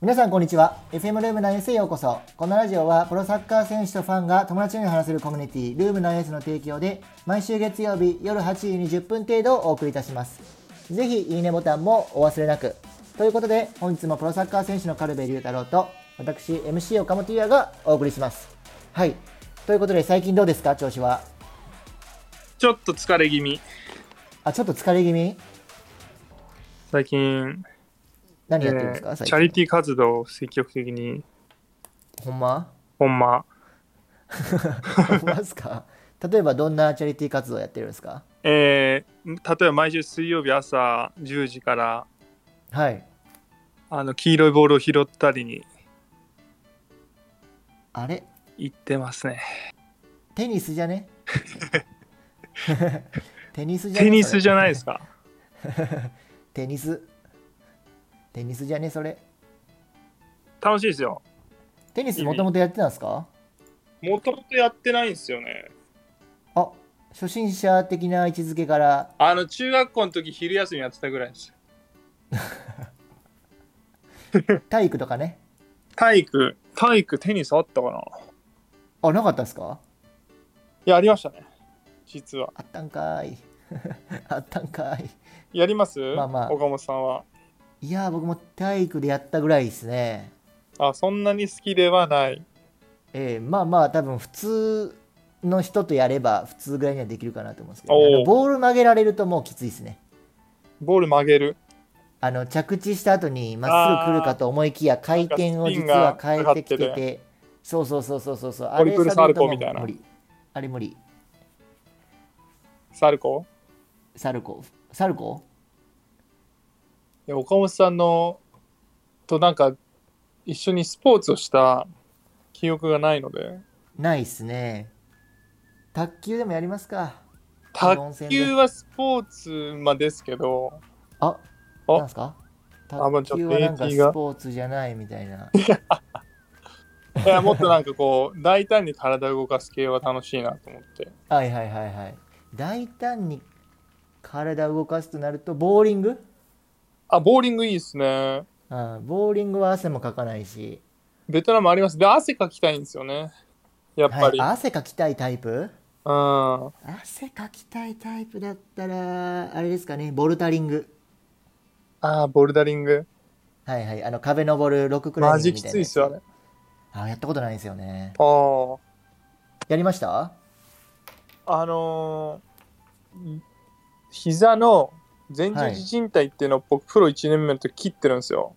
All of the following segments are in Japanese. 皆さんこんにちは FM ルーム9へようこそこのラジオはプロサッカー選手とファンが友達のように話せるコミュニティルーム9への提供で毎週月曜日夜8時20分程度お送りいたしますぜひいいねボタンもお忘れなくということで本日もプロサッカー選手の軽部龍太郎と私 MC 岡本優也がお送りしますはいということで最近どうですか調子はちょっと疲れ気味。あちょっと疲れ気味最近、何やってるんですか、えー最チャリ近ティー活動を積極的に、ほんまほんま、ほんまっすか 例えばどんなチャリティー活動やってるんですかえー例えば毎週水曜日朝10時から、はいあの、黄色いボールを拾ったりにあれ行ってますね。テニスじゃ ねテニスじゃねテニスじゃないですか か。テニステニスじゃねそれ楽しいですよ。テニスもともとやってたんですかもともとやってないんですよね。あ初心者的な位置づけからあの、中学校の時昼休みやってたぐらいです。体育とかね体育、体育、テニスあったかなあなかったですかいや、ありましたね。実は。あったんかーい あったんかーいやります、まあまあ岡本さんは。いやー僕も体育でやったぐらいですねあ、そんなに好きではない。えーまあまあ多分普通の人とやれば普通ぐらいにはできるかなと思うんですけど、おーあのボール曲げられるともうきついですねボール曲げる。あの着地した後にまっすぐ来るかと思いきや回転を実は変えてきてなんかスピンがかかっててそうそうそうそうそうそうトリプルサルコーみたいなあれサルコーも無理あれ無理サルコーサルコーサルコいや岡本さんのとなんか一緒にスポーツをした記憶がないのでーないっすね卓球でもやりますか温卓泉で球はスポーツまあですけどああなんすかあま卓あちょっと球はなんか AT スがポーツじゃないみたいない やもっとなんかこう大胆に体を動かす系は楽しいなと思ってはいはいはいはい大胆に体を動かすとなるとボーリングあボーリングいいですねあーボーリングは汗もかかないしベトナムありますで汗かきたいんですよねやっぱはいり、汗かきたいタイプうん汗かきたいタイプだったらあれですかねボルタリングあーボルダリングはいはいあの壁登る6クラマイミンジグみきたいつないっやすよあれあやったことないんですよねあーやりましたあのーん膝の前十字靭帯っていうのを僕プロ1年目の時切ってるんですよ、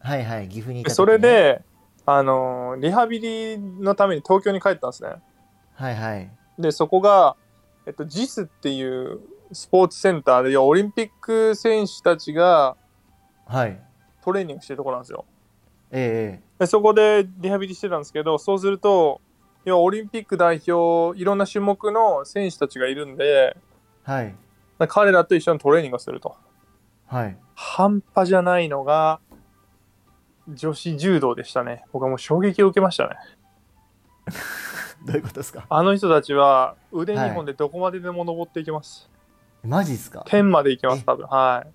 はいはい岐阜にいでた時ね、それで、あのーリハビリのために東京に帰ったんですね。はいはいで、そこが、えっと、JIS っていうスポーツセンターで、要はオリンピック選手たちがはいトレーニングしてるところなんですよ。ええで、そこでリハビリしてたんですけど、そうすると、要はオリンピック代表、いろんな種目の選手たちがいるんで、はい彼らと一緒にトレーニングをすると。 はい半端じゃないのが、女子柔道でしたね。僕はもう衝撃を受けましたね。どういうことですかあの人たちは腕2本でどこまででも登っていきます。マジっすか天までいきます、多分。はい。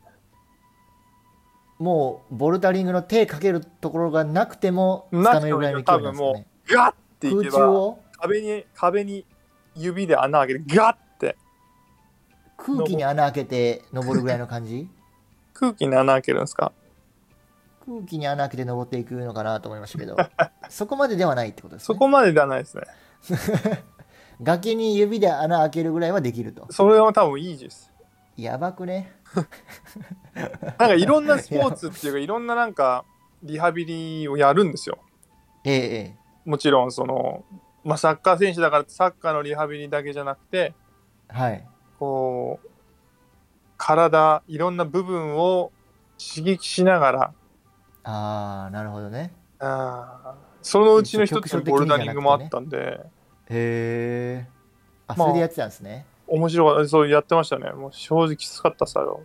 もうボルダリングの手かけるところがなくてもな掴めくてるもぐいいらいの勢いなんですかねガッていけ空中ば、を壁に、壁に指で穴開けて、ガッて、空気に穴開けて登るぐらいの感じ空気に穴開けるんですか空気に穴開けて登っていくのかなと思いましたけ どそこまでではないってことですねそこまでではないですね。 崖に指で穴開けるぐらいはできるとそれは多分いいです。やばくねなんかいろんなスポー ツっていうか、いろんななんか、リハビリをやるんですよ。えええもちろん、その、まあ、サッカー選手だから、サッカーのリハビリだけじゃなくて、えはいこう、体、いろんな部分を刺激しながら、ああなるほどねあーそのうちの一つにボルダリングもあったんで、へえあまそあれでやってたんですね、面白かったそうやってましたねもう正直きつかったっすあれは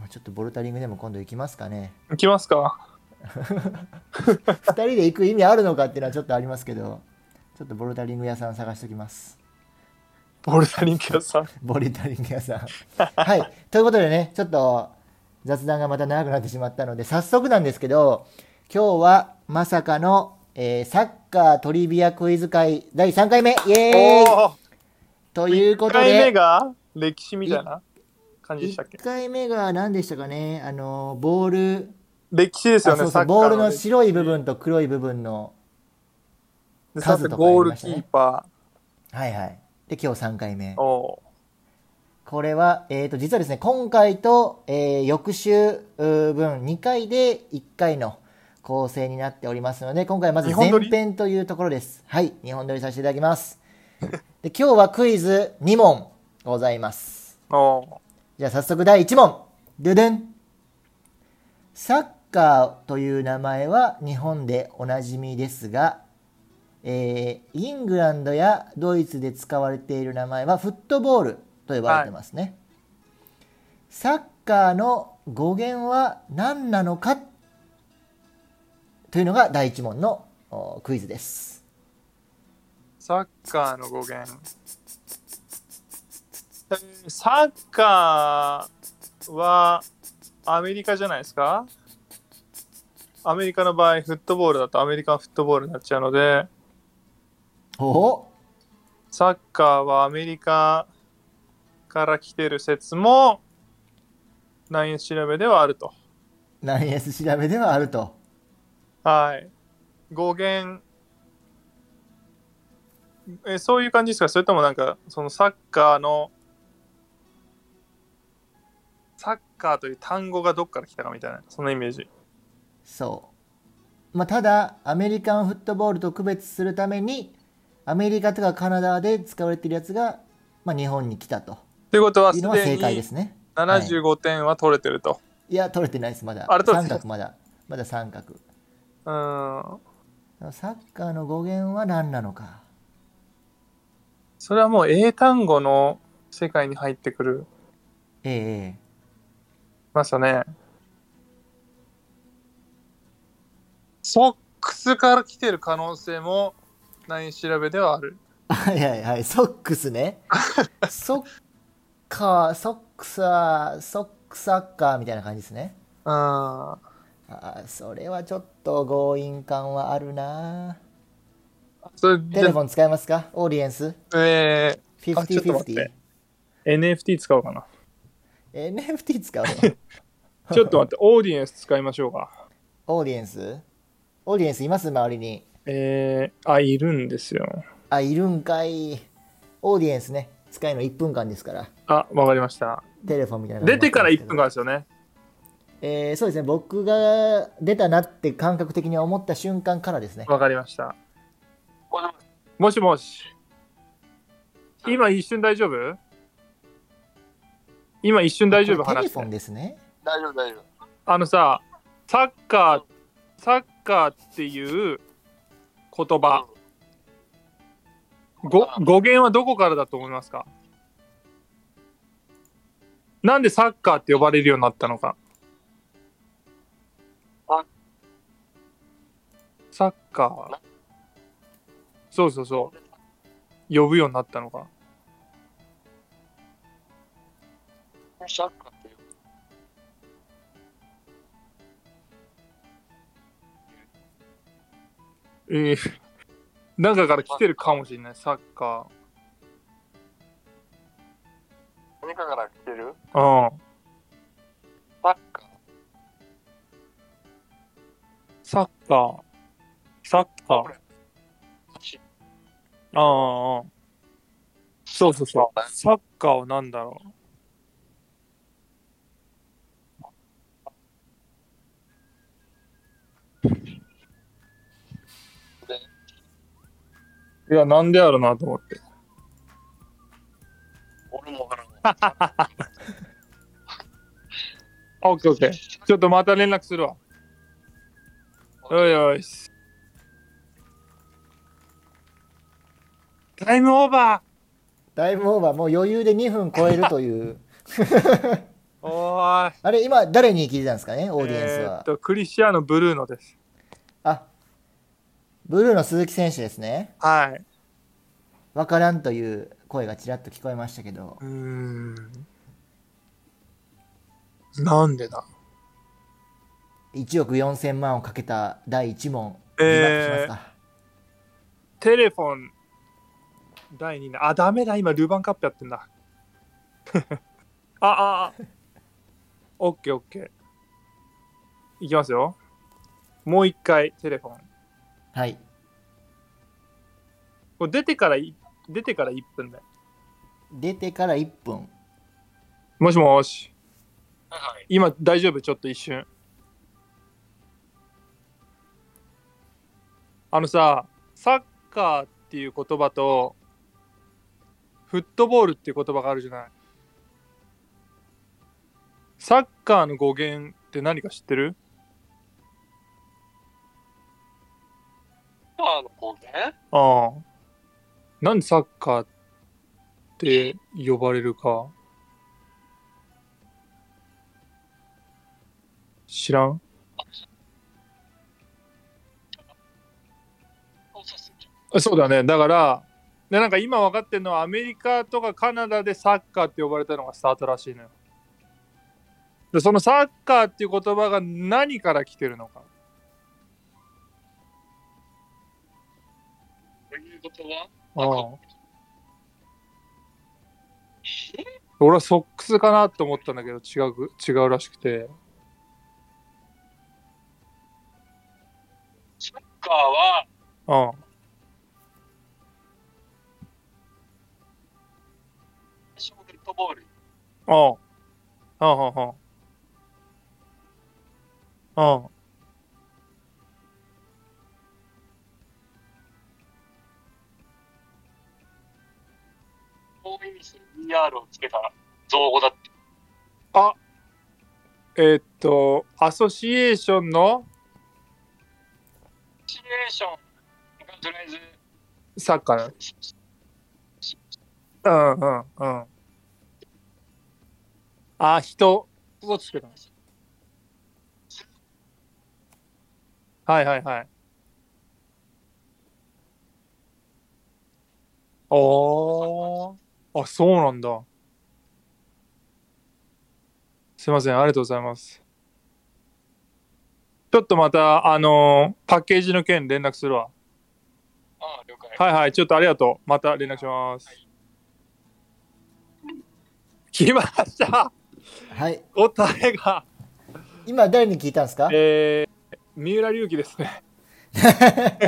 まあ、ちょっとボルタリングでも今度行きますかね行きますか 2人で行く意味あるのかっていうのはちょっとありますけどちょっとボルダリング屋さん探しておきますボルダリング屋さんボルダリング屋さんはいということでねちょっと雑談がまた長くなってしまったので早速なんですけど今日はまさかの、えーサッカートリビアクイズ会第3回目イエーイおおという1こと回目でが歴史みたいな感じでしたっ1け回目が何でしたかねあのボール歴史ですよあね、そうそサッうカーボールの歴史白い部分と黒い部分ので数さてとかゴーありルましキたねーパはいはいで今日3回目ー。おこれは、えー、と実はですね今回と、えー翌週うー分2回で1回の構成になっておりますので今回はまず日本撮前り編というところですはい日本撮りさせていただきますで今日はクイズ2問ございますーおじゃあ早速第1問ドゥドゥンサッカーという名前は日本でおなじみですが、えーイングランドやドイツで使われている名前はフットボールと呼ばれてますね、サッカーの語源は何なのかというのが第1問のおクイズですーサッカーの語源。えーサッカーはアメリカじゃないですかアメリカの場合、フットボールだとアメリカンフットボールになっちゃうので、おおサッカーはアメリカから来てる説も、ナイン調べではあると。ナイエス調べではあるとはい。語源。え、そういう感じですかそれともなんか、そのサッカーの、サッカーという単語がどっから来たかみたいな、そのイメージ。そう、まあ、ただアメリカンフットボールと区別するためにアメリカとかカナダで使われているやつが、まあ、日本に来たとということは、いうすのがで正解でにすね75点は取れてると。いや取れてないですまだあれ取れ三てない角まだまだ三角うん。サッカーの語源は何なのかそれはもう英単語の世界に入ってくるええましたね。ソックスから来てる可能性も、ナイン調べではある。はいはいはいソックス ねソッカーソックスはソックサッカーみたいな感じですねうん。あーそれはちょっと強引感はあるなそれテじゃレフォン使えますかオーディエンスえあちょっと待っ50-50て NFT 使おうかな。 NFT 使うの ちょっと待って、オーディエンス使いましょうか。オーディエンスオーディエンスいます周りにえー、あ、いるんですよ。あいるんかいオーディエンスね使えるの1分間ですからあ、わかりました。テレフォンみたいなの出てから1分があ間ですよね。ったんですけど、えーそうですね僕が出たなって感覚的に思った瞬間からですねわかりました。もしもし。今一瞬大丈夫今一瞬大丈夫これテレ話しフォンて。ですね大丈夫大丈夫あのさ、サッカー、サッカーっていう言葉、ご語源はどこからだと思いますかなんでサッカーって呼ばれるようになったのかあサッカーそうそうそう呼ぶようになったのかサッカーっていうええ 中から来てるかもしれないサッカ何かから来てるーうんサッカーサッカーサッカーああああ。そうそうそう。サッカーは何だろう。いや、なんでやろうなと思って。俺もわからんオッケーオッケー。ちょっとまた連絡するわ。よいよい。タイムオーバタイムオーバーもう余裕で2分超えると いうーおーい。あれ今誰に聞いてたんですかねオーディエンスえーはっ、と、クリスチアーノ・ブルーノです。あブルーの鈴木選手ですねはい。わからんという声がちらっと聞こえましたけどうーん。なんでだ1億4000万をかけた第1問、えーリラックスしますかテレフォン第2弾。あ、ダメだ、今、ルヴァンカップやってんだ。 あ、あ、あ。オッケーオッケー。いきますよ。もう一回、テレフォン。はいこれ出てからい、出てから1分だよ。出てから1分もしもし。はい。今、大丈夫ちょっと一瞬。あのさ、サッカーっていう言葉と、フットボールっていう言葉があるじゃない。サッカーの語源って何か知ってるサッカーの語源ああ。なんでサッカーって呼ばれるか。知らんあそうだね。だから、でなんか今分かってるのは、アメリカとかカナダでサッカーって呼ばれたのがスタートらしいのよ。で、そのサッカーっていう言葉が何から来てるのか。ということはうんえ俺はソックスかなと思ったんだけど、違う、違うらしくて。サッカーはうん。ショートボール。うん。うんうんうん。うん。こういう意味する ER をつけたら造語だって。えーっと、アソシエーションのシチュエーションがとりあえず、サッカーなのうんうんうん。あ、人をつけたの。はいはいはい。おー。あ、そうなんだ。すいません、ありがとうございます。ちょっとまた、あのーパッケージの件連絡するわ。ああ、了解。はいはい、ちょっとありがとう。また連絡します。来ましたはい答えが、今誰に聞いたんですかえー、三浦龍輝ですね。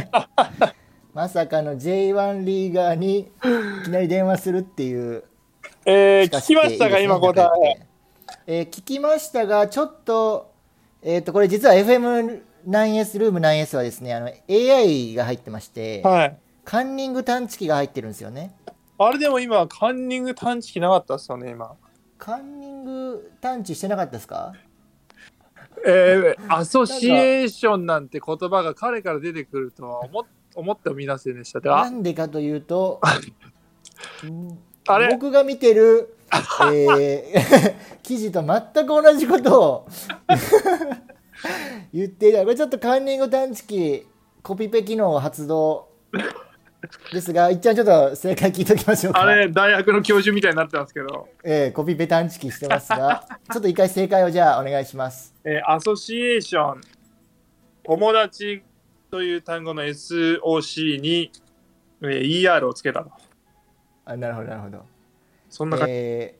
まさかの J1 リーガーにいきなり電話するっていうえー、かせ聞てきいいまですねしたか、今答え。えー聞きましたがちょっとえっ、とこれ実は FM9S ルーム 9S はですねあの AI が入ってまして、はい。カンニング探知機が入ってるんですよねあれでも今、カンニング探知機なかったっすよね、今。カンニング探知してなかったですかえー、アソシエーションなんて言葉が彼から出てくるとは思っ思ってもみませんでした。でなあんでかというとうんあれ僕が見てる、えー 記事と全く同じことを 言っていたこれちょっとカンニング探知機コピペ機能発動ですが一応ちょっと正解聞いておきましょうかあれ、大学の教授みたいになってますけど、えーコピペ探知機してますがちょっと一回正解をじゃあお願いしますえー、アソシエーション、友達という単語の SOC に、えー、ER をつけたの。あなるほどなるほどそんな感じ。え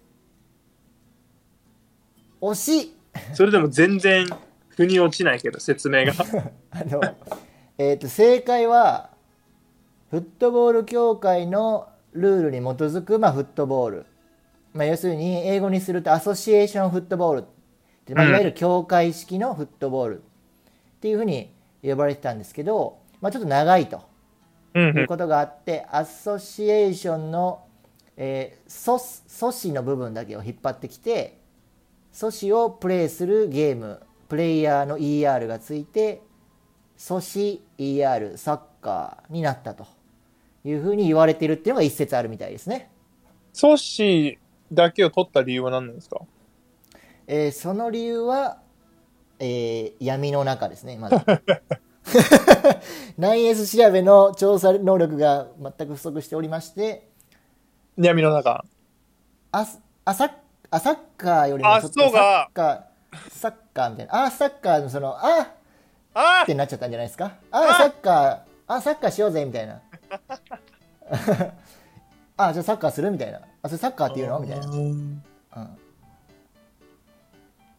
ー、推しそれでも全然、腑に落ちないけど、説明 が。あの、えっ、と、正解は、フットボール協会のルールに基づく、まあ、フットボール。まあ、要するに、英語にすると、アソシエーションフットボールって。まあ、うんいわゆる協会式のフットボールっていうふうに呼ばれてたんですけど、まあ、ちょっと長いとうんいうことがあって、アソシエーションの、えー、ソスソシの部分だけを引っ張ってきて、阻止をプレイするゲームプレイヤーの ER がついて阻止 ER サッカーになったというふうに言われているっていうのが一説あるみたいですね、ソシだけを取った理由は何なんですかえーその理由は、えー闇の中ですねまだ 9S 調べの調査能力が全く不足しておりまして闇の中。ああサッあサッカーよりもちょっとあそうサかッカーサッカーみたいな、あーサッカーのその、あーあってなっちゃったんじゃないですか。あーサッカー、あーサッカーしようぜみたいな。 あーじゃあサッカーするみたいな。あ、それサッカーっていうのみたいな。うん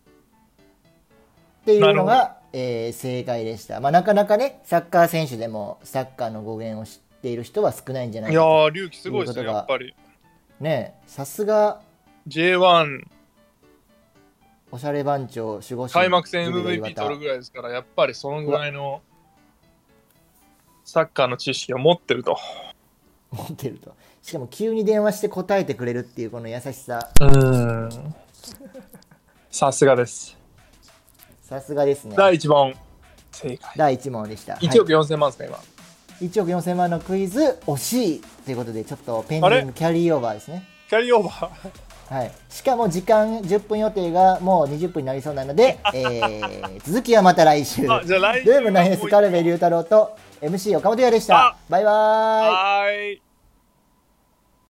っていうのなるが、えー正解でした、まあ、なかなかねサッカー選手でもサッカーの語源を知っている人は少ないんじゃないいやかー、龍騎すごいですね、ということがやっぱり。ねえさすが J1 おしゃれ番長守護神開幕戦ジュビロ MVP 磐田取るぐらいですから、やっぱりそのぐらいのサッカーの知識を持ってると。持ってるとしかも急に電話して答えてくれるっていうこの優しさうん。さすがです。さすがですね第1問、正解。第1問でした1億はい4000万ですか、今。 1億4000万のクイズ惜しいということでちょっとペンデあィンれグキャリーオーバーですねキャリーオーバー。はい、しかも時間10分予定がもう20分になりそうなので、えー続きはまた来週ルあじゃあ来週ームのエース軽部龍太郎と MC 岡本優也でしたあバイバーイはーい。